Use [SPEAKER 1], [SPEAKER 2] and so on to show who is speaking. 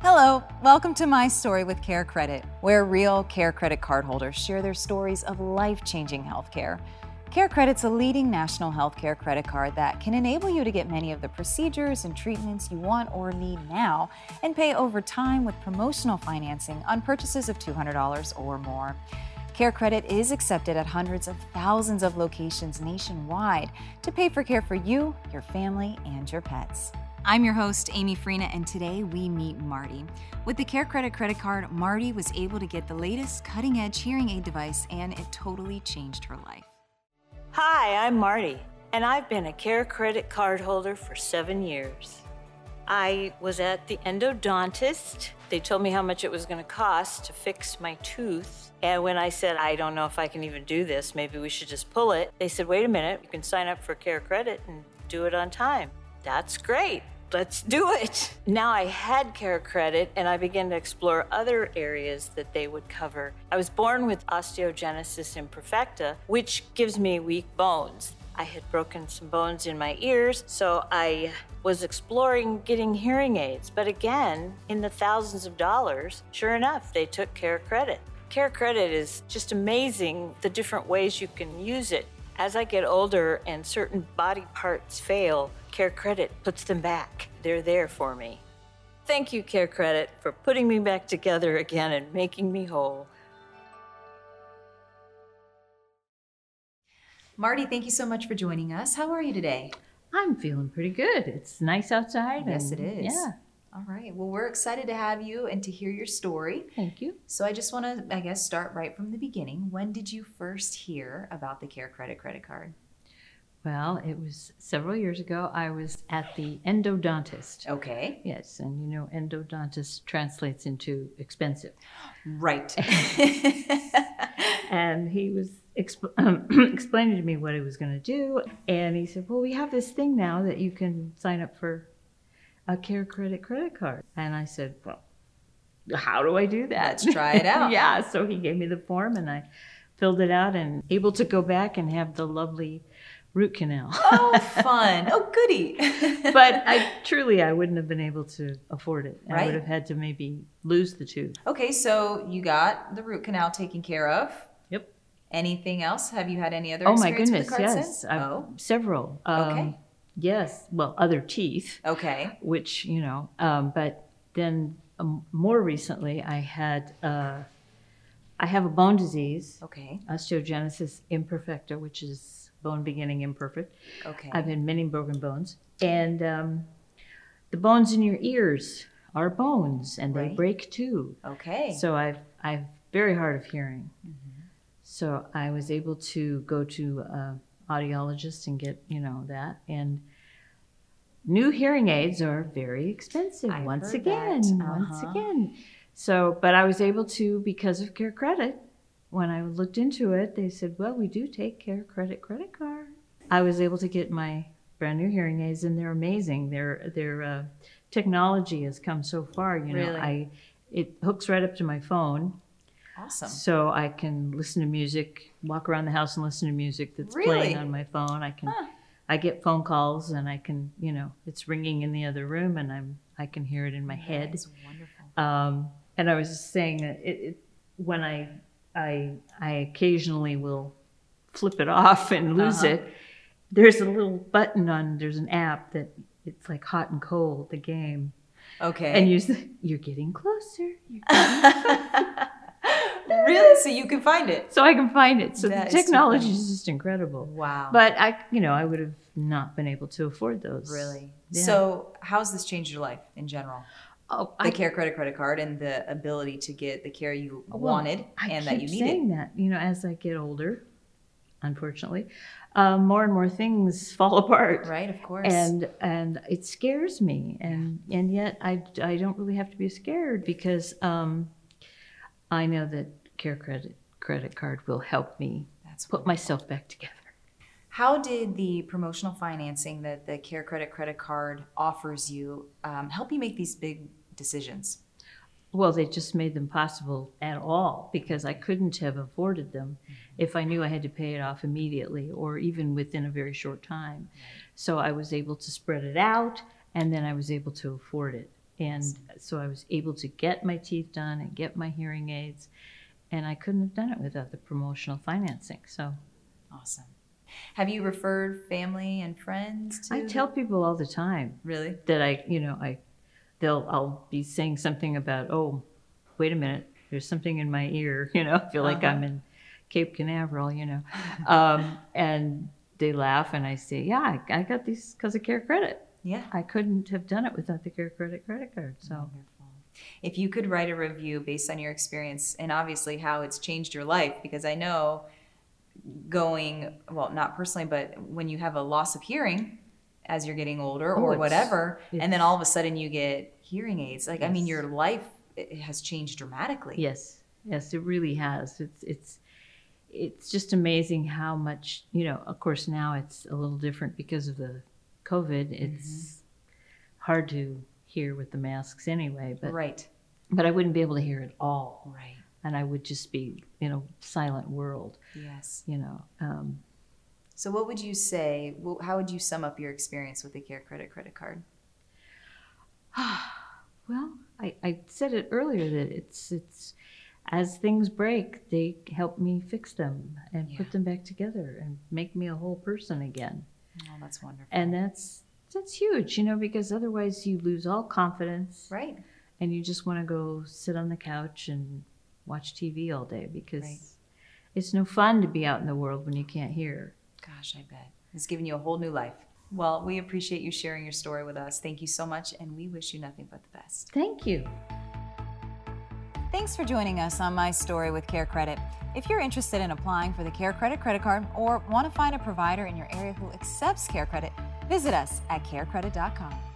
[SPEAKER 1] Hello, welcome to My Story with Care Credit, where real Care Credit cardholders share their stories of life changing healthcare. Care Credit's a leading national healthcare credit card that can enable you to get many of the procedures and treatments you want or need now and pay over time with promotional financing on purchases of $200 or more. Care Credit is accepted at hundreds of thousands of locations nationwide to pay for care for you, your family, and your pets. I'm your host, Amy Freena, and today we meet Marty. With the Care Credit credit card, Marty was able to get the latest cutting edge hearing aid device, and it totally changed her life.
[SPEAKER 2] Hi, I'm Marty, and I've been a Care Credit card holder for seven years. I was at the endodontist. They told me how much it was going to cost to fix my tooth. And when I said, I don't know if I can even do this, maybe we should just pull it, they said, wait a minute, you can sign up for Care Credit and do it on time. That's great. Let's do it. Now I had care credit and I began to explore other areas that they would cover. I was born with osteogenesis imperfecta, which gives me weak bones. I had broken some bones in my ears, so I was exploring getting hearing aids. But again, in the thousands of dollars, sure enough, they took care credit. Care credit is just amazing the different ways you can use it. As I get older and certain body parts fail, Care Credit puts them back. They're there for me. Thank you, Care Credit, for putting me back together again and making me whole.
[SPEAKER 1] Marty, thank you so much for joining us. How are you today?
[SPEAKER 2] I'm feeling pretty good. It's nice outside.
[SPEAKER 1] Yes, it
[SPEAKER 2] and-
[SPEAKER 1] is.
[SPEAKER 2] Yeah.
[SPEAKER 1] All right. Well, we're excited to have you and to hear your story.
[SPEAKER 2] Thank you.
[SPEAKER 1] So, I just want to, I guess, start right from the beginning. When did you first hear about the Care Credit credit card?
[SPEAKER 2] Well, it was several years ago. I was at the endodontist.
[SPEAKER 1] Okay.
[SPEAKER 2] Yes, and you know, endodontist translates into expensive.
[SPEAKER 1] Right.
[SPEAKER 2] and he was exp- um, explaining to me what he was going to do. And he said, "Well, we have this thing now that you can sign up for a Care Credit credit card." And I said, "Well, how do I do that?
[SPEAKER 1] Let's try it out.
[SPEAKER 2] yeah." So he gave me the form, and I filled it out, and able to go back and have the lovely root canal.
[SPEAKER 1] oh, fun. Oh, goody.
[SPEAKER 2] but I truly, I wouldn't have been able to afford it. I
[SPEAKER 1] Right.
[SPEAKER 2] would have had to maybe lose the tooth.
[SPEAKER 1] Okay, so you got the root canal taken care of.
[SPEAKER 2] Yep.
[SPEAKER 1] Anything else? Have you had any other
[SPEAKER 2] Oh my
[SPEAKER 1] experience
[SPEAKER 2] goodness,
[SPEAKER 1] with the card
[SPEAKER 2] yes,
[SPEAKER 1] since?
[SPEAKER 2] I've-
[SPEAKER 1] Oh,
[SPEAKER 2] several. Um,
[SPEAKER 1] Okay.
[SPEAKER 2] Yes, well, other teeth.
[SPEAKER 1] okay.
[SPEAKER 2] which you know um, but then um, more recently i had uh, i have a bone disease
[SPEAKER 1] Okay.
[SPEAKER 2] osteogenesis imperfecta which is bone beginning imperfect
[SPEAKER 1] Okay.
[SPEAKER 2] i've had many broken bones and um, the bones in your ears are bones and they
[SPEAKER 1] Right.
[SPEAKER 2] break too
[SPEAKER 1] okay.
[SPEAKER 2] so i've i've very hard of hearing
[SPEAKER 1] Mm-hmm.
[SPEAKER 2] so i was able to go to a audiologist and get you know that and new hearing aids are very expensive
[SPEAKER 1] I
[SPEAKER 2] once
[SPEAKER 1] heard that.
[SPEAKER 2] again once
[SPEAKER 1] Uh-huh.
[SPEAKER 2] again so but i was able to because of care credit when i looked into it they said well we do take care credit credit card i was able to get my brand new hearing aids and they're amazing their their uh, technology has come so far you know
[SPEAKER 1] Really?
[SPEAKER 2] i it hooks right up to my phone
[SPEAKER 1] awesome.
[SPEAKER 2] so I can listen to music, walk around the house and listen to music that's
[SPEAKER 1] Really?
[SPEAKER 2] playing on my phone. I can,
[SPEAKER 1] Huh.
[SPEAKER 2] I get phone calls and I can, you know, it's ringing in the other room and I'm, I can hear it in my head.
[SPEAKER 1] That's wonderful.
[SPEAKER 2] Um, and I was just saying that it, it, when I, I, I occasionally will flip it off and lose
[SPEAKER 1] Uh-huh.
[SPEAKER 2] it. There's a little button on, there's an app that it's like hot and cold, the game.
[SPEAKER 1] Okay.
[SPEAKER 2] And you, s- you're getting closer. You're
[SPEAKER 1] really? So you can find it.
[SPEAKER 2] so I can find it. So
[SPEAKER 1] That is
[SPEAKER 2] the
[SPEAKER 1] so
[SPEAKER 2] technology
[SPEAKER 1] funny.
[SPEAKER 2] is just incredible.
[SPEAKER 1] Wow.
[SPEAKER 2] But I, you know, I would have not been able to afford those.
[SPEAKER 1] really.
[SPEAKER 2] Yeah.
[SPEAKER 1] So how's this changed your life in general?
[SPEAKER 2] oh,
[SPEAKER 1] The
[SPEAKER 2] I,
[SPEAKER 1] Care Credit credit card and the ability to get the care you
[SPEAKER 2] Well,
[SPEAKER 1] wanted
[SPEAKER 2] I
[SPEAKER 1] and
[SPEAKER 2] keep
[SPEAKER 1] that you needed.
[SPEAKER 2] saying that. You know, as I get older, unfortunately, uh, more and more things fall apart.
[SPEAKER 1] Right, of course.
[SPEAKER 2] And and it scares me, and and yet I, I don't really have to be scared because um, I know that Care Credit credit card will help me
[SPEAKER 1] That's
[SPEAKER 2] put myself back together.
[SPEAKER 1] How did the promotional financing that the Care Credit credit card offers you um, help you make these big decisions?
[SPEAKER 2] Well, they just made them possible at all because I couldn't have afforded them if I knew I had to pay it off immediately or even within a very short time. So I was able to spread it out and then I was able to afford it. And so I was able to get my teeth done and get my hearing aids. And I couldn't have done it without the promotional financing. So
[SPEAKER 1] Awesome. Have you referred family and friends to?
[SPEAKER 2] I tell people all the time
[SPEAKER 1] Really?
[SPEAKER 2] that I, you know, I, they'll, I'll be saying something about, oh, wait a minute, there's something in my ear, you know, I feel like I'm in Cape Canaveral, you know, um, and they laugh, and I say, yeah, I, I got these because of Care Credit.
[SPEAKER 1] Yeah.
[SPEAKER 2] I couldn't have done it without the Care Credit credit card. So
[SPEAKER 1] Wonderful. If you could write a review based on your experience and obviously how it's changed your life, because I know going, well, not personally, but when you have a loss of hearing as you're getting older
[SPEAKER 2] Oh,
[SPEAKER 1] or
[SPEAKER 2] it's-
[SPEAKER 1] whatever, and then
[SPEAKER 2] it's-
[SPEAKER 1] all of a sudden you get hearing aids, like, I mean,
[SPEAKER 2] Yes.
[SPEAKER 1] your life it has changed dramatically.
[SPEAKER 2] yes, yes, it really has. It's it's it's just amazing how much you know. Of course, now it's a little different because of the COVID.
[SPEAKER 1] Mm-hmm.
[SPEAKER 2] It's hard to hear with the masks anyway, but
[SPEAKER 1] Right.
[SPEAKER 2] but I wouldn't be able to hear it all,
[SPEAKER 1] Right.
[SPEAKER 2] and I would just be in a silent world,
[SPEAKER 1] Yes.
[SPEAKER 2] you know. Um,
[SPEAKER 1] So, what would you say? wh- How would you sum up your experience with the Care Credit credit card?
[SPEAKER 2] well, I, I said it earlier that it's it's as things break, they help me fix them and
[SPEAKER 1] Yeah.
[SPEAKER 2] put them back together and make me a whole person again,
[SPEAKER 1] Oh, that's wonderful.
[SPEAKER 2] and that's that's huge, you know, because otherwise you lose all confidence
[SPEAKER 1] right.
[SPEAKER 2] and you just want to go sit on the couch and watch TV all day because.
[SPEAKER 1] Right.
[SPEAKER 2] It's no fun to be out in the world when you can't hear.
[SPEAKER 1] Gosh, I bet. It's given you a whole new life. Well, we appreciate you sharing your story with us. Thank you so much, and we wish you nothing but the best.
[SPEAKER 2] Thank you.
[SPEAKER 1] Thanks for joining us on My Story with Care Credit. If you're interested in applying for the Care Credit credit card or want to find a provider in your area who accepts Care Credit, visit us at carecredit.com.